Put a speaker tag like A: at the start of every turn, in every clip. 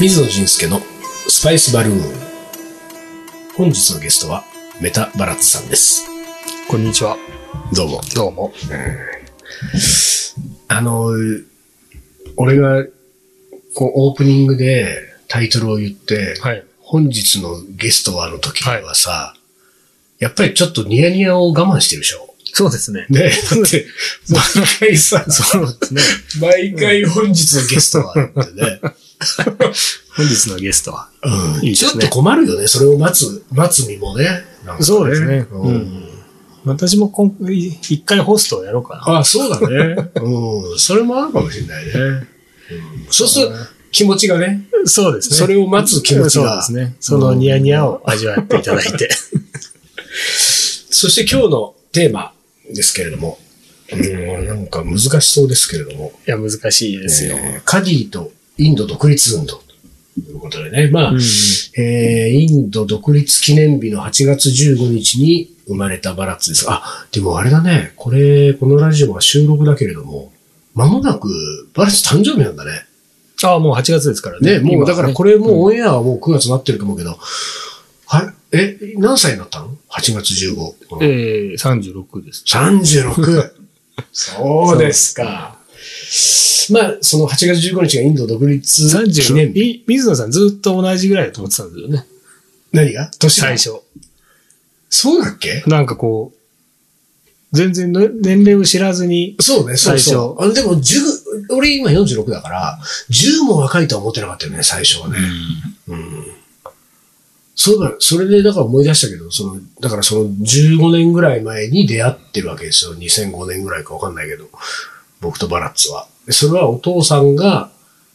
A: 水野仁介のスパイスバルーン。本日のゲストはメタバラッツさんです。
B: こんにちは。
A: どうも。
B: どうも。
A: あの、俺がこうオープニングでタイトルを言って、
B: はい。
A: 本日のゲストはの時はさ、やっぱりちょっとニヤニヤを我慢してるでしょ。
B: そうですね。
A: ね、だって、毎回さ、
B: そうですね。
A: 毎回本日のゲストはって ね。
B: 本日のゲストは。
A: うん
B: いいで
A: ちょっ
B: すね
A: と困るよね。それを待つ、待つにもね。なんか
B: そうですね
A: う
B: うんん。私も今い一回ホストをやろうかな。
A: あそうだね。うん。それもあるかもしれないね。うんそうすると気持ちがね。
B: そうですね。
A: それを待つ気持ちが
B: そうですね。そのニヤニヤを味わっていただい て。
A: そして今日のテーマですけれども。うん、なんか難しそうですけれども。
B: いや、難しいですよ。
A: えーカディとインド独立運動ということでね。まあ、
B: うん
A: えーインド独立記念日の8月15日に生まれたバラッツですが、あ、でもあれだね、これ、このラジオは収録だけれども、間もなくバラッツ誕生日なんだね。
B: ああ、もう8月ですから
A: ね、
B: ね。
A: もう
B: 今
A: だからこれもうオンエアはもう9月になってると思うけど、は、え、何歳になったの ?8 月15。
B: ねえー、36です。
A: 36。そうですか。まあ、その8月15日がインド独立記念
B: 36。
A: 日。
B: い水野さんずっと同じぐらいだと思ってたんですよね。
A: 何が年が
B: 最初。
A: そうだっけ
B: なんかこう、全然ね年齢を知らずに、
A: そうね、そう
B: 最
A: そう。あの、でも、十、俺今46だから、10も若いとは思ってなかったよね、最初はね。うん。そうだ、それで、だから思い出したけど、その、だからその15年ぐらい前に出会ってるわけですよ。2005年ぐらいかわかんないけど、僕とバラッツは。でそれはお父さんが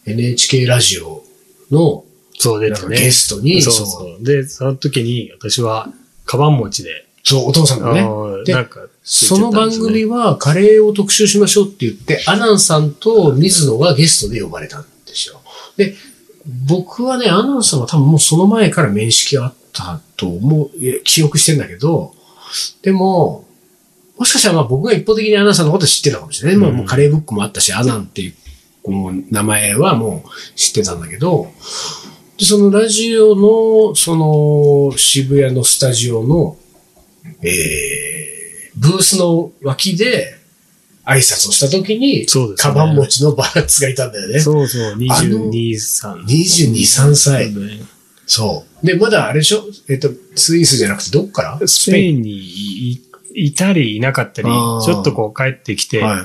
A: NHK ラジオの
B: そうで
A: なん
B: す
A: か
B: ね。
A: ゲストに、
B: そう
A: そ
B: そう。で、その時に私は、カバン持ちで、
A: うそう、お父さん
B: あ
A: がね。
B: の
A: で
B: なんか、
A: その番組はカレーを特集しましょうって言って、アナンさんと水野がゲストで呼ばれたんですよ。で、僕はね、アナンさんは多分もうその前から面識はあったと思う、いや記憶してんだけど、でも、もしかしたらまあ僕が一方的にアナンさんのこと知ってたかもしれない。まあ
B: うん
A: もうカレーブックもあったし、アナンっていうこの名前はもう知ってたんだけど、でそのラジオの、その渋谷のスタジオの、えー、ブースの脇で挨拶をした時に、
B: そうです
A: カ
B: ね
A: バン持ちのバラッツがいたんだよね。
B: そうそう、
A: あの
B: 22、3。
A: 22、3歳。
B: ね
A: そう。で、まだあれでしょえっ、と、スイスじゃなくてどっから
B: スペインにいいたりいなかったり、ち
A: あー
B: ょっとこう帰ってきて、
A: は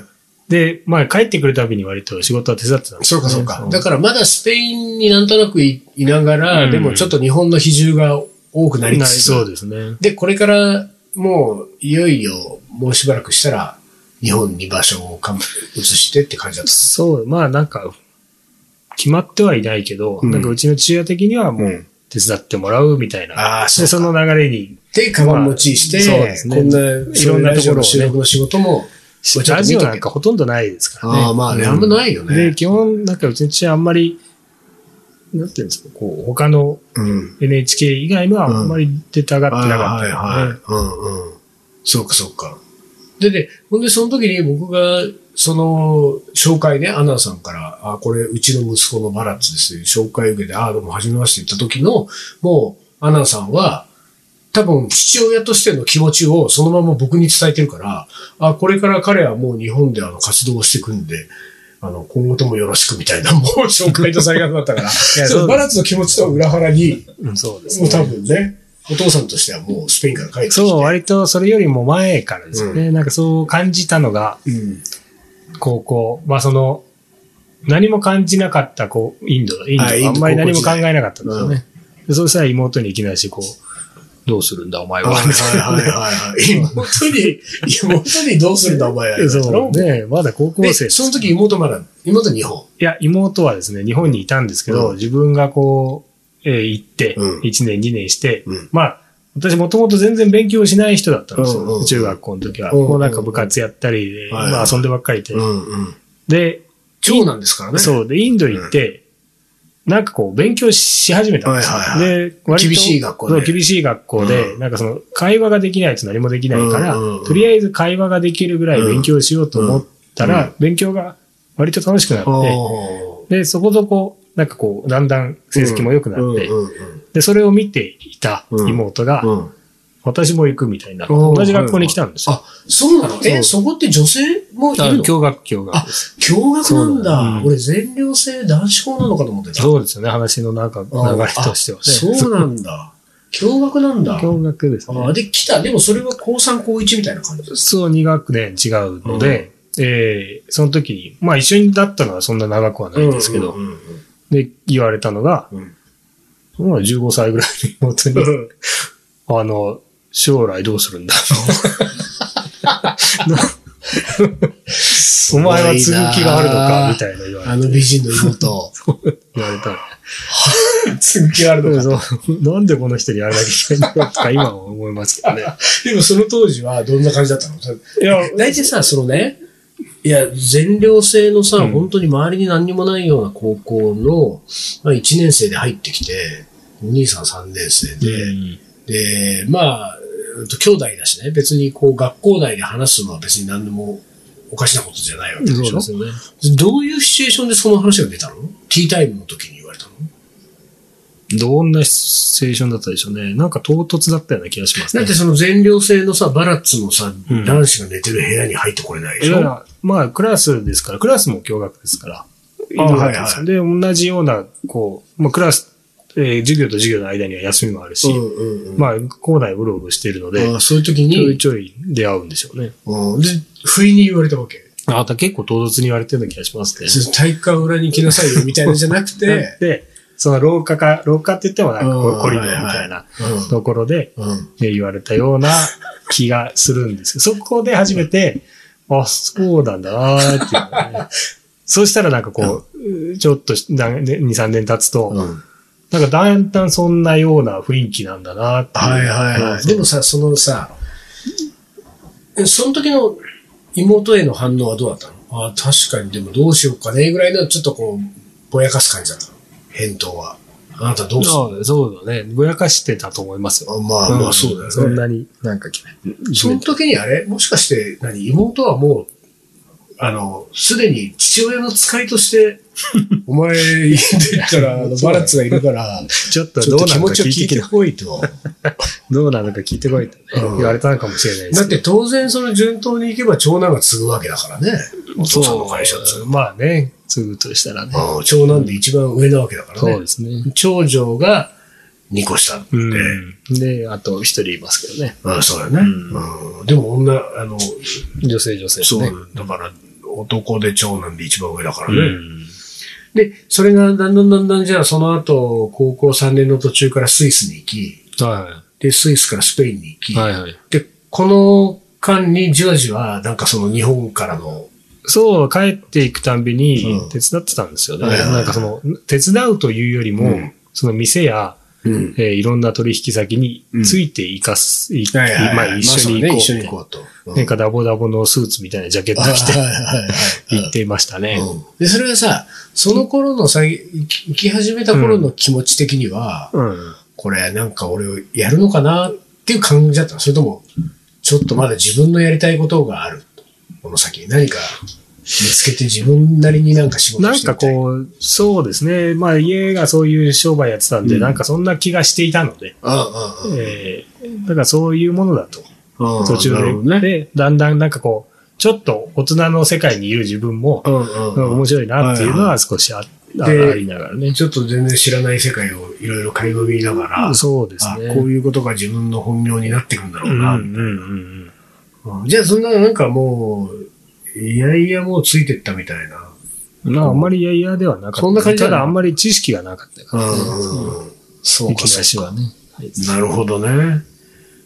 A: い。
B: で、まあ帰ってくるたびに割と仕事は手伝ってたんです
A: そう
B: よね
A: かそうか。だからまだスペインになんとなくいいながら、
B: うん
A: でもちょっと日本の比重が多くなり
B: な
A: つ
B: り
A: つ。
B: そうですね。
A: で、これからもういよいよもうしばらくしたら日本に場所をかん移してって感じだった。
B: そう、まあなんか、決まってはいないけど、
A: うん
B: なんかうちの父親的にはもう
A: うん
B: 手伝ってもらうみたいな。
A: ああ、そう
B: で、その流れに
A: で、カバン持ちして、
B: まあそうですね
A: こんな、い
B: い
A: ろ
B: ろ
A: ん
B: ん
A: な
B: な
A: と
B: と
A: こ
B: ころをね
A: ろ収録の仕事も、ちょっと見とけ
B: ラジオなんかほとんどないですからね。
A: ああまあね、あんまないよ
B: で、
A: ね。
B: 基本、なんかうちの父はあんまり、なんていうんですか、こう、他の
A: うん。
B: NHK 以外のはあんまり出たがって
A: はい
B: なかっ
A: は
B: た
A: い
B: よね、
A: はい。うんうん。そうかそうか。でね、ほんでその時に僕が、その、紹介ね、アナさんから、あ、これ、うちの息子のバラッツですよ。紹介受けて、あ、どうも、初めまして言った時の、もう、アナさんは、多分、父親としての気持ちをそのまま僕に伝えてるから、あ、これから彼はもう日本であの活動をしていくんで、あの、今後ともよろしくみたいな、もう紹介とされ方だったから、
B: や
A: その
B: そうです
A: バラッツの気持ちとは裏腹に、
B: うんそうです
A: もう
B: ね。
A: 多分ね、お父さんとしてはもうスペインから帰ってきて。
B: そう、割とそれよりも前からですよね。なんかそう感じたのが、
A: うん。
B: 高校。まあその、何も感じなかった、こう、インド、インド
A: あインド
B: あんまり何も考えなかったんですよね。でそうしたら妹にいきなりこう、どうするんだお前は。
A: はいはいはいはい。妹に、妹にどうするんだお前は。
B: そうね、まだ高校
A: で
B: 生
A: その時妹まだ、妹日本。
B: いや、妹はですね、日本にいたんですけど、
A: うん
B: 自分がこう、えー行って、
A: うん
B: 1年、2年して、
A: うん
B: まあ、私もともと全然勉強しない人だったんですよ、
A: うんうんうん
B: 中学校の時は。
A: うんうんうん
B: もうなんか部活やったりで、
A: はい
B: まあ遊んでばっかりいて。
A: んうん。
B: で、
A: 長男ですからね。う。
B: そう、で、インド行って、なんかこう、勉強し始めたんですよ。
A: はいはい
B: で、割と
A: 厳しい学校で
B: そう厳しい学校で、
A: う
B: なんかその、会話ができないと何もできないから、
A: うんうんうん
B: とりあえず会話ができるぐらい勉強しようと思ったら、
A: うん
B: 勉強が割と楽しくなって、
A: お
B: で、そこそこ、なんかこう、だんだん成績も良くなって、
A: うんうん
B: で、それを見ていた妹が、
A: うんうん
B: 私も行くみたいな、
A: お
B: 同
A: ー
B: じ学校に来たんですよ。
A: あ、そうなの
B: そ
A: え、
B: う
A: そこって女性もいるの
B: 共学、共学。
A: 驚愕なんだ。
B: そうなのうん
A: 俺、全寮制男子校なのかと思ってた。
B: そうですよね、話の中、流れとしてはね。
A: そうなんだ。驚愕なんだ。
B: 共学ですね
A: あ。で、来た。でもそれは高3、高1みたいな感じです。
B: そう、2学年違うので、えーその時に、まあ一緒にだったのはそんな長くはないんですけど、
A: うんうん
B: で、言われたのが、
A: うん
B: まあ15歳ぐらいの妹
A: う
B: に、
A: ん
B: あの、将来どうするんだお前は継ぐ気があるのかみたいな言わ
A: あの美人の妹。
B: 言われた。
A: 継ぐ気があるのか。
B: そうなんでこの人にやらなきゃいけないんだとか今は思いますけどね。
A: でもその当時はどんな感じだったの
B: いや、
A: 大体さ、そのね、いや、全寮制のさ、
B: うん
A: 本当に周りに何にもないような高校の、まあ、1年生で入ってきて、お兄さん3年生で、で、まあ、うんと兄弟だしね、別にこう学校内で話すのは別に何でもおかしなことじゃないわけで
B: そう
A: しょ
B: で。すよね。
A: どういうシチュエーションでその話が出たのティータイムの時に言われたの
B: どんなシチュエーションだったでしょうね。なんか唐突だったような気がします
A: だっ
B: ね
A: て。その全寮制のさ、バラッツのさ、
B: うん
A: 男子が寝てる部屋に入ってこれないで
B: い
A: しょ、
B: や、まあ、クラスですから、クラスも共学ですから。
A: あ
B: いるわけです
A: は
B: よで、同じような、こう、まあ、クラス、えー授業と授業の間には休みもあるし、
A: うんうんうん
B: まあ、校内うろうろしているので、
A: ああそういう時
B: ちょい
A: に、
B: ちょい出会うんでしょうね。
A: うんで、不意に言われたわけ。
B: あなた結構唐突に言われてるような気がしますね。
A: 体育館裏に来なさいよみたいなんじゃなくて、
B: で、その廊下か、廊下って言ってもなんか
A: うん
B: コリドーみたいなところで
A: うんうん
B: えー言われたよう な気がするんですけど、そこで初めて、あ、そうなんだなーっていうの がね。そうしたらなんかこう、ちょっとしなね2、3年経つと、
A: うん
B: なんかだんだんそんなような雰囲気なんだなっていう。
A: はいはいはい。
B: そう
A: でもさ、そのさ、えその時の妹への反応はどうだったのああ、確かに、でもどうしようかね、ぐらいのちょっとこう、ぼやかす感じだったの返答は。あなたどうする
B: そうそうだね。ぼやかしてたと思いますよ。
A: あまあまあそうだよね。
B: そんなになんか決
A: その時にあれもしかして何、妹はもう、あの、すでに父親の使いと して、お前、家出たら、あのバラッツがいるから、
B: ちょっと
A: ち
B: ど
A: ょ
B: う
A: っと
B: な
A: 気
B: の
A: 持
B: か
A: ちを
B: 聞い
A: 聞
B: て
A: い
B: き
A: て
B: な。
A: こいと。
B: どうなのか聞いてこいとね
A: うん
B: 言われたのかもしれないで
A: だっ
B: すけ
A: て当然その順当に行けば長男が継ぐわけだからね。お
B: ど。
A: 父さんの会社だ
B: そうまあね、継ぐとしたらね。
A: うん長男で一番上なわけだから
B: そう
A: ね。
B: ですね。
A: 長女が2個下って。
B: うん。で、あと一人いますけどね。
A: うん、そうだね、
B: うん
A: うんでも女、あの、
B: 女性女性です
A: そう、
B: ね。
A: だから男で長男で一番上だから
B: う
A: ね。
B: ん。
A: で、それがだんだんだんだんじゃあその後、高校3年の途中からスイスに行き、
B: は
A: で、スイスからスペインに行き、
B: い。はいはい。
A: で、この間にじわじわ、なんかその日本からの、
B: そう、帰っていくたんび
A: うん
B: に手伝ってたんですよね。
A: はいはい
B: なんかその、手伝うというよりも、
A: うん
B: その店や、えーいろんな取引先についていかす、い
A: はいはいはい
B: まあ一
A: ま
B: 緒に行
A: あそうね
B: こう。
A: 一緒に行こうと。うん
B: なんかダボダボのスーツみたいなジャケット着て
A: はいはいはいはい
B: 行っていましたね。
A: うんで、それはさ、その頃のさ、行き行き始めた頃の気持ち的には、
B: うん。
A: これなんか俺をやるのかなっていう感じだったのそれとも、ちょっとまだ自分のやりたいことがある。この先、何か見つけて自分なりになんか仕事
B: なん
A: して
B: か
A: みたい。
B: こう、そうですね。まあ家がそういう商売やってたんで、
A: うん
B: なんかそんな気がしていたので、
A: うんうんうん
B: えーだからそういうものだと。
A: うん
B: 途中
A: な
B: で、
A: るほどね。
B: で、だんだんなんかこう、ちょっと大人の世界にいる自分も、
A: うん
B: うん
A: うん
B: 面白いなっていうのは少しあ,、
A: で
B: あありながらね。
A: ちょっと全然知らない世界をいろいろ垣間見ながら、
B: そうです
A: あ
B: ね。
A: こういうことが自分の本業になっていくんだろ
B: う
A: うんな、
B: うんうん
A: うんじゃあそんななんかもう、いやいやもうついてったみたいな。
B: うん。まあ、あんまり嫌々ではなかった。
A: そんな感じだ
B: た
A: な
B: だ、あんまり知識がなかったから、ね。
A: うん、そ
B: 行き出しはね。はい
A: なるほどね。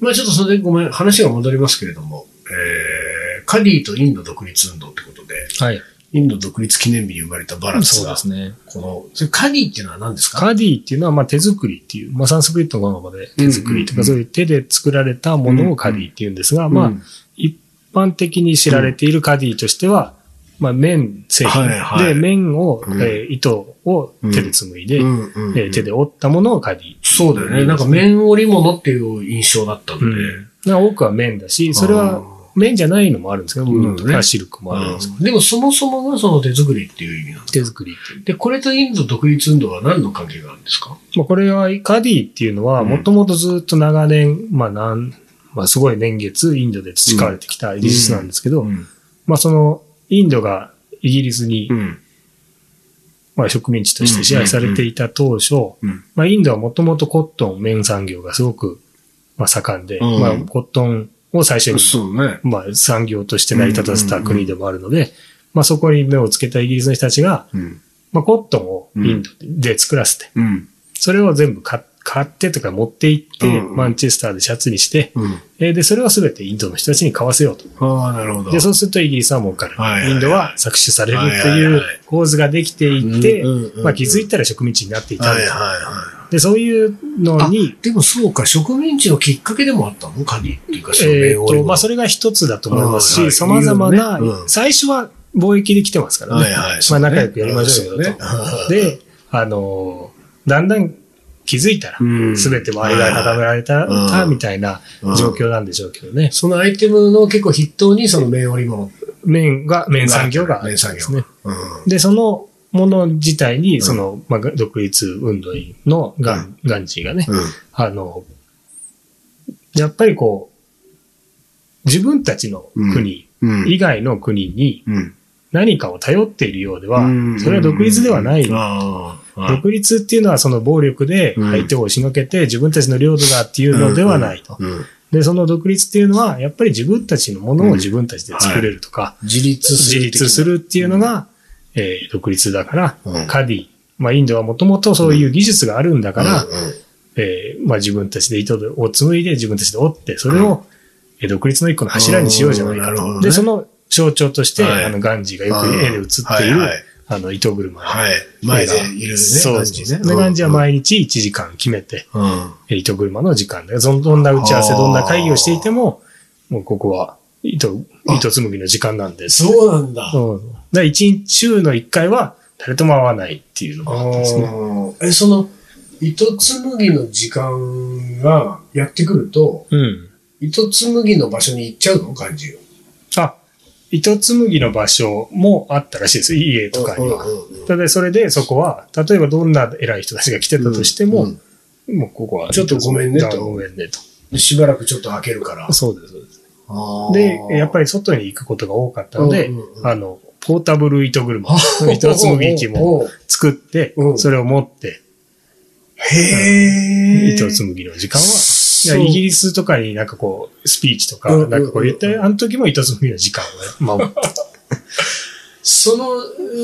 A: まあちょっとそれでごめん、話が戻りますけれども、えー、カディとインド独立運動ってことで、
B: はい。
A: インド独立記念日に生まれたバランス
B: そう
A: が
B: で、すね。
A: この、それカディっていうのは何ですか
B: カディっていうのは、まあ、手作りっていう、まあ、サンスクリットの言葉で手作りと
A: うんうんう
B: か、
A: ん
B: そういう手で作られたものをカディっていうんですが、まあ、一般的に知られているカディとしては、まあ、綿製品。
A: はいはい
B: で、綿を、
A: うん
B: えー糸を手で紡いで、
A: うんうんうん
B: えー手で折ったものをカディ
A: そうだよね。なんか、綿織物っていう印象だったんで。
B: うん、多くは綿だし、それは、綿じゃないのもあるんですけど、
A: うん
B: ウールとかシルクもあるんですけど、
A: でもそもそもがその手作りっていう意味なんです。
B: 手作りっていう。
A: で、これとインド独立運動は何の関係があるんですか
B: まあ、これは、カディっていうのは、
A: うん
B: もともとずっと長年、まあ、なん、まあ、すごい年月、インドで培われてきた技術なんですけど、
A: ん。
B: まあ、その、インドがイギリスに、
A: うん。
B: まあ、植民地として支配されていた当初、
A: うん。
B: まあ、インドはもともとコットン、綿産業がすごく、まあ、盛んで、
A: うん
B: まあ、コットンを最初に、
A: そうね。
B: まあ、産業として成り立たせた国でもあるので、まあ、そこに目をつけたイギリスの人たちが、
A: うん。
B: まあ、コットンをインドで作らせて、
A: うん。
B: それを全部買買ってとか持って行って、
A: うんうん
B: マンチェスターでシャツにして、
A: うん。
B: えーで、それを全てインドの人たちに買わせようと。
A: ああ、なるほど。
B: で、そうするとイギリスは儲かる。
A: はいはいはい
B: インドは搾取されるって
A: はいはいいうはい
B: 構図ができていって、
A: うんうんうん
B: まあ、気づいたら植民地になっていたん
A: はい
B: だ、
A: はいは
B: で、そういうのに、
A: い。でもそうか、植民地のきっかけでもあったのカニっていうか、その
B: え
A: 米
B: ーっ
A: 欧
B: と、
A: にも
B: まあ、それが一つだと思いま
A: う
B: す
A: んはい
B: し、様々ない
A: ろいろねう、ん
B: 最初は貿易で来てますからね。
A: はいはい。
B: ま
A: そ
B: あ、
A: うね
B: 仲良くやりましょうよと。
A: そうね
B: で、あのーだんだん気づいたら、
A: うん
B: すべて周りが固められた、
A: うん
B: たみたいな状況なんでしょうけどね。
A: そのアイテムの結構筆頭にその名織物。
B: 麺が、麺産業があるんで
A: 麺産業
B: すね。
A: うん。
B: で、そのもの自体に、
A: ん
B: その、まあ、独立運動のガン、ガンジーがね、
A: う
B: あの、やっぱりこう、自分たちの国
A: ん。
B: 以外の国に
A: うん。
B: 何かを頼っているようでは
A: う、ん
B: それは独立ではない。
A: ああ。はい
B: 独立っていうのはその暴力で
A: うん
B: 相手を押しのけて自分たちの領土がっていうのではないと。
A: うん
B: で、その独立っていうのはやっぱり自分たちのものを自分たちで作れるとか、
A: 自立す
B: 自
A: る。
B: 立するっていうのが、えー独立だから、
A: うん
B: カディ。まあ、インドはもともとそういう技術があるんだ
A: う
B: か
A: ん。
B: ら、
A: うん
B: えーまあ、自分たちで糸を紡いで自分たちで折って、それを、えー独立の一個の柱にしようじゃない
A: うん
B: か
A: なるほど
B: と。
A: ね
B: で、その象徴として、
A: はい
B: あの、ガンジーがよく絵で写ってい
A: うんはいはい
B: る、あの、糸車。
A: はい。前でいるね。
B: そうですね。で、ガンジーは毎日1時間決めて、
A: うん。
B: えー糸車の時間で、どんどんな打ち合わせ、どんな会議をしていても、もうここは、糸、糸紡ぎの時間なんです。
A: そうなんだ。
B: うん。で、一日、週の一回は、誰とも会わないっていうのがあったんですね。
A: あーえ、その、糸紡ぎの時間がやってくると、
B: うん。
A: 糸紡ぎの場所に行っちゃうの感じよ。
B: あ、糸紡ぎの場所もあったらしいです。家とかには。
A: うんうんうん
B: ただ、それで、そこは、例えばどんな偉い人たちが来てたとしても、
A: うん
B: もうここは、
A: ちょっとごめんねと
B: あごめんねと。
A: でしばらくちょっと開けるから。
B: そうです、そうです。
A: あー
B: で、やっぱり外に行くことが多かったので、
A: うんうんうん
B: あの、ポータブル糸車、 糸紡ぎ機も
A: おうおうおう
B: 作って
A: う、ん
B: それを持って、
A: へえ。
B: 糸紡ぎの時間は、い
A: そ
B: や
A: う
B: イギリスとかになんかこう、スピーチとか、
A: うん
B: なんかこう言っ
A: うん
B: て、
A: うん
B: あの時も糸紡ぎの 時間をね守った。
A: その、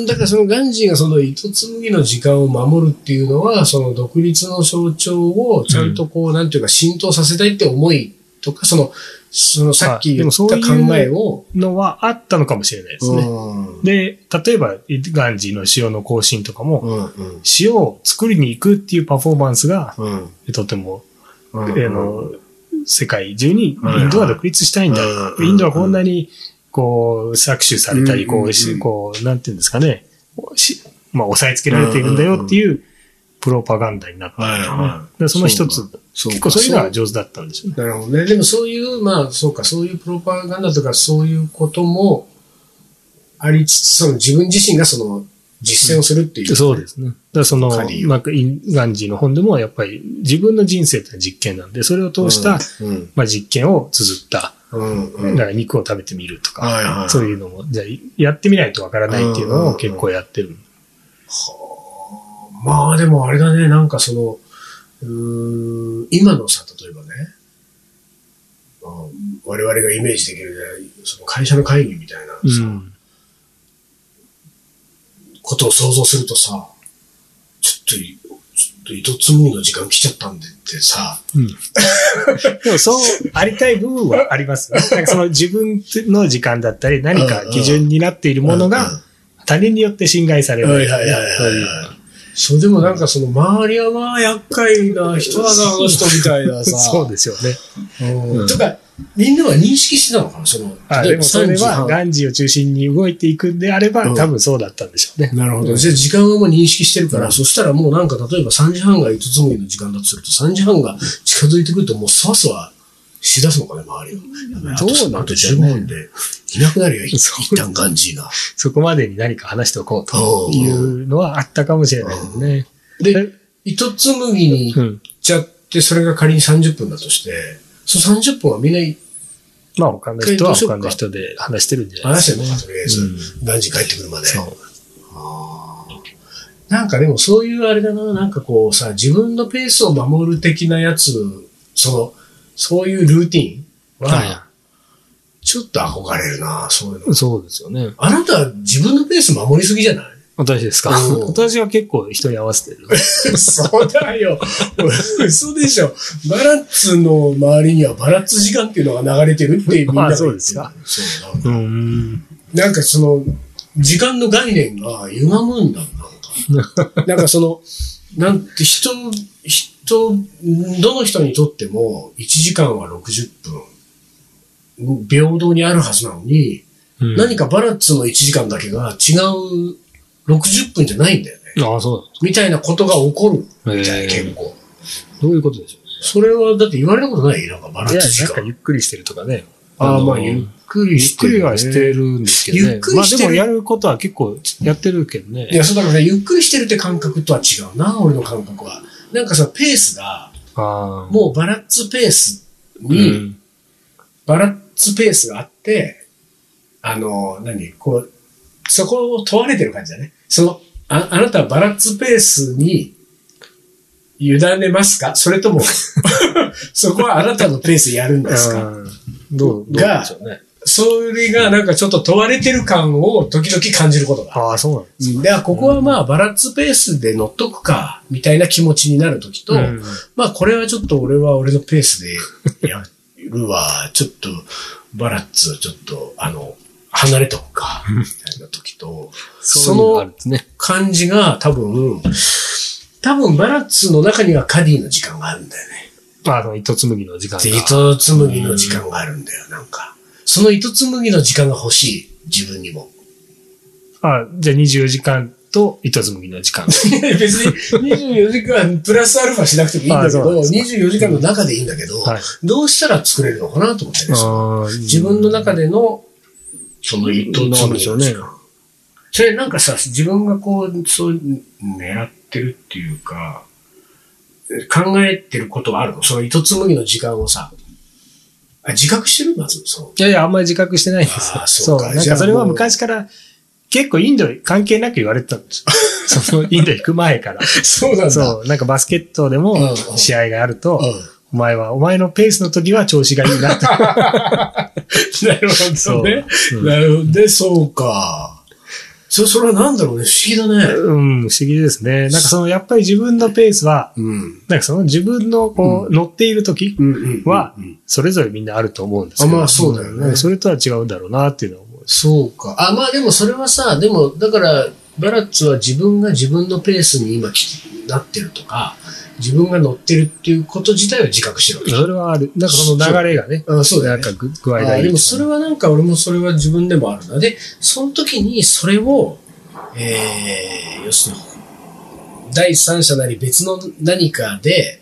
A: だからそのガンジーがその糸紡ぎの時間を守るっていうのは、その独立の象徴をちゃんとこう、なんていうか浸透させたいって思いとか、その、そのさっき
B: あで
A: 言っ
B: も
A: た
B: そういう
A: 考えを、
B: のはあったのかもしれないですね。
A: うん
B: で、例えば、ガンジーの塩の行進とかも、
A: うんうん
B: 塩を作りに行くっていうパフォーマンスが、
A: うん
B: とても、
A: う
B: あ
A: ん
B: の、世界中にイン
A: はいはい
B: ドは独立したいんだ
A: うん。うん
B: インドはこんなに、こう、搾取されたり、
A: うんうん
B: こ
A: うん
B: うし、こう、なんていうんですかね、しまあ、押さえつけられているんだよっていうプロパガンダになった。
A: はいは
B: でその一つ、
A: そう
B: 結構そういうのは上手だったんでしょうね。
A: なるほどね。でもそういう、まあそうか、そういうプロパガンダとかそういうこともありつつ、その自分自身がその実践をするっていう。
B: そうですね。だからその、
A: カリー
B: まあ、インガンジーの本でもやっぱり自分の人生ってのは実験なんで、それを通した、
A: うん。
B: まあ、実験を綴った。
A: うん。う
B: だ
A: ん。
B: から肉を食べてみるとか、
A: はいはい
B: そういうのも、じゃあやってみないとわからないっていうのを結構やってる。
A: まあでもあれだね、なんかその、うーん、今のさ、例えばね、まあ我々がイメージできるね、その会社の会議みたいなさ、
B: うん
A: ことを想像するとさ、ちょっとい、ちょっと糸紡ぎの時間来ちゃったんでってさ、
B: うん、 でもそうありたい部分はあります ね。なんかその自分の時間だったり何か基準になっているもの
A: うんうん
B: が他人によって侵害される。
A: はいはいはいはい
B: そういう
A: そう、でもなんかその、周りはまあ厄介な人だな、あの人みたいなさ。
B: そうですよね。
A: うんとか、みんなは認識してたのかな、その、
B: あでもそれは
A: 30
B: ガンジーを中心に動いていくんであれば、
A: うん
B: 多分そうだったんでしょう ね。
A: なるほど。じゃあ時間はもう認識してるから、そしたらもうなんか例えば3時半が糸紡ぎの時間だとすると、3時半が近づいてくるともうそわそわしだすのかね、周りが。
B: どう
A: あと
B: なん
A: あと
B: でし
A: 15
B: ょうね
A: 分で、いなくなるよ、い
B: そう
A: 一旦ガンジーが。
B: そこまでに何か話しておこうというのはあったかもしれないですね。
A: で、糸紡ぎに行
B: う
A: っ
B: ん。
A: ちゃって、それが仮に30分だとして、その30分はみんな
B: まあ他の人は
A: 一回どうしようか
B: 他の人で話してるんじゃな
A: 話
B: いです
A: してるのか、とりあえず。何時帰ってくるまで。
B: か。そう。
A: あーなんかでもそういうあれだな、なんかこうさ、自分のペースを守る的なやつ、その、そういうルーティンは
B: は、
A: ちょっと憧れるな、そういう
B: い。
A: の。
B: そうですよね。
A: あなた、自分のペース守りすぎじゃない
B: 私ですか
A: うん
B: 私は結構人に合わせてる。
A: そうだよ。 嘘でしょ。バラッツの周りにはバラッツ時間っていうのが流れてるってみんなが言ってる
B: あそうですか。
A: そうだ
B: うん。
A: なんかその、時間の概念が歪むんだなん か。なんかその、なんて人、人、どの人にとっても1時間は60分、平等にあるはずなのに、何
B: か。
A: かバラッツの1時間だけが違う60分じゃないんだよね。
B: ああ、そ
A: みたいなことが起こる
B: うなん
A: み
B: です
A: たい
B: ね
A: な、
B: え
A: 結
B: ー
A: 構。
B: どういうことでしょ
A: それはだって言われたことないなんかバラ
B: う
A: ッ
B: いや、
A: ツ時
B: なんか
A: 間。
B: ゆっくりしてるとかね。
A: ああ、まあ、
B: の
A: ゆっくり
B: ゆっ
A: して
B: く
A: るね、
B: りはしてるんですけどね。
A: ゆっくりしてる
B: まあでもやることは結構やってるけどね。
A: いや、そうだからね、ゆっくりしてるって感覚とは違うな、俺の感覚は。なんかさ、ペースが、
B: ああ。
A: もうバラッツペース
B: う
A: に、
B: ん。
A: バラッツペースがあって、あの、何、こう、そこを問われてる感じだね。その、ああなたはバラッツペースに、委ねますかそれとも、 そこはあなたのペースでやるんですか
B: うんどう、どう
A: が
B: でしょうね。
A: それがなんかちょっと問われてる感を時々感じることがある
B: ああ、そうなんです
A: うん、だからここはまあバラッツペースで乗っとくか、みたいな気持ちになるときと、
B: うん
A: まあこれはちょっと俺は俺のペースでやるわ、ちょっとバラッツはちょっとあの、離れとくか、みたいなときと、
B: そういうのがあるんですね。
A: 感じが多分、多分バラッツの中にはカディの時間があるんだよね。
B: まあ、あの、糸紡ぎの時間
A: で
B: が。
A: 糸紡ぎの時間があるんだよ、なんか。その糸紡ぎの時間が欲しい、自分にも。
B: あじゃあ24時間と糸紡ぎの時 間。
A: いや 別に24時間プラスアルファしなくてもいいんだけ
B: あそうな
A: ど、
B: んで
A: 24時間の中でいいんだけど、
B: はい
A: どうしたら作れるのかなと思ってね。
B: あー
A: 自分の中での、その一等
B: なんでしょうね
A: それなんかさ、自分がこう、そう、狙ってるっていうか、考えてることはあるのその糸紡ぎの時間をさ、あ自覚してるまず、そう。
B: いやいや、あんまり自覚してないんですよ
A: あーそうか
B: なん
A: じゃあ
B: かそれは
A: もう
B: 昔から、結構インド関係なく言われてたんです よ。そのインド行く前から。
A: そうなんだ。
B: そう。なんかバスケットでも
A: うんうん
B: 試合があると、
A: う
B: お前は、お前のペースの時は調子がい いなと。
A: ん。 なるほ
B: そう。
A: どね。なるほどね、そうか。そ、それはなんだろうね、不思議だね。
B: うん、うん不思議ですね。なんかその、やっぱり自分のペースは、
A: うん。
B: なんかその自分のこう、乗っている時、
A: うんうん
B: は
A: うんうん
B: それぞれみんなあると思うんですけど。
A: あまあそうだよね
B: んなんかそれとは違うんだろうなっていうのは思う。
A: そうか。あ、まあでもそれはさ、でも、だから、バラッツは自分が自分のペースに今きなってるとか、自分が乗ってるっていうこと自体は自覚してるわけ
B: それはある。なんかその流れがね、
A: あそうだ
B: な
A: よ
B: ん
A: ね
B: か具具合
A: あ
B: がいいとかね。
A: でもそれはなんか俺もそれは自分でもあるな。で、その時にそれを、えー、要するに、第三者なり別の何かで、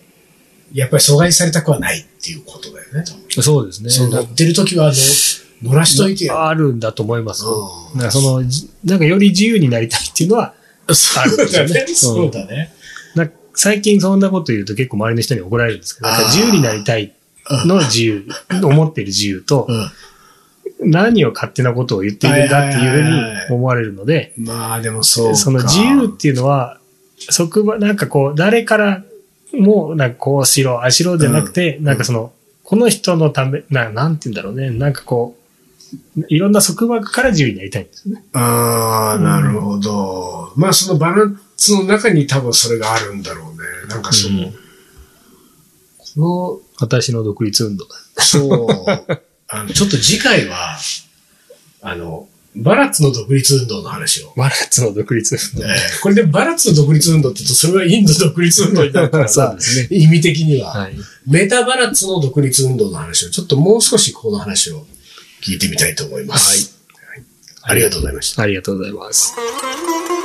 A: やっぱり阻害されたくはないっていうことだよね。多分
B: そうですね。
A: そう
B: な
A: 乗
B: んか
A: ってる時はあの乗らしといてよ。
B: あるんだと思います。
A: うん
B: なんかその、じなんかより自由になりたいっていうのは、
A: そうだ ね。 そうだね。
B: なんか最近そんなこと言うと結構周りの人に怒られるんですけど、
A: あー
B: なんか自由になりたいの自由、思ってる自由と、何を勝手なことを言っているんだっていう
A: はいはいはい
B: ふう
A: はい
B: に思われるので、
A: まあでもそうか。
B: その自由っていうのは、職場、なんかこう、誰からも、なんかこうしろ、ああしろじゃなくて、なんかその、この人のため、ななんて言うんだろうね、なんかこう、いろんな束縛から自由になりたいんですよね。
A: ああ、なるほど。まあそのバランスの中に多分それがあるんだろうね。なんかその、
B: うん
A: こ
B: 私の独立運動。
A: の、そう、あの、ちょっと次回は、あの、バラッツの独立運動の話を。
B: マラッツの独立運
A: え ーこれでバラッツの独立運動って言うと、それはインド独立運動になるか
B: 動。
A: らさ、
B: ですね。
A: 意味的には、
B: はい。
A: メタバラッツの独立運動の話を、ちょっともう少しこの話を聞いてみたいと思います。はい、ありがとうございました。
B: ありがとうございます。
C: Thank you.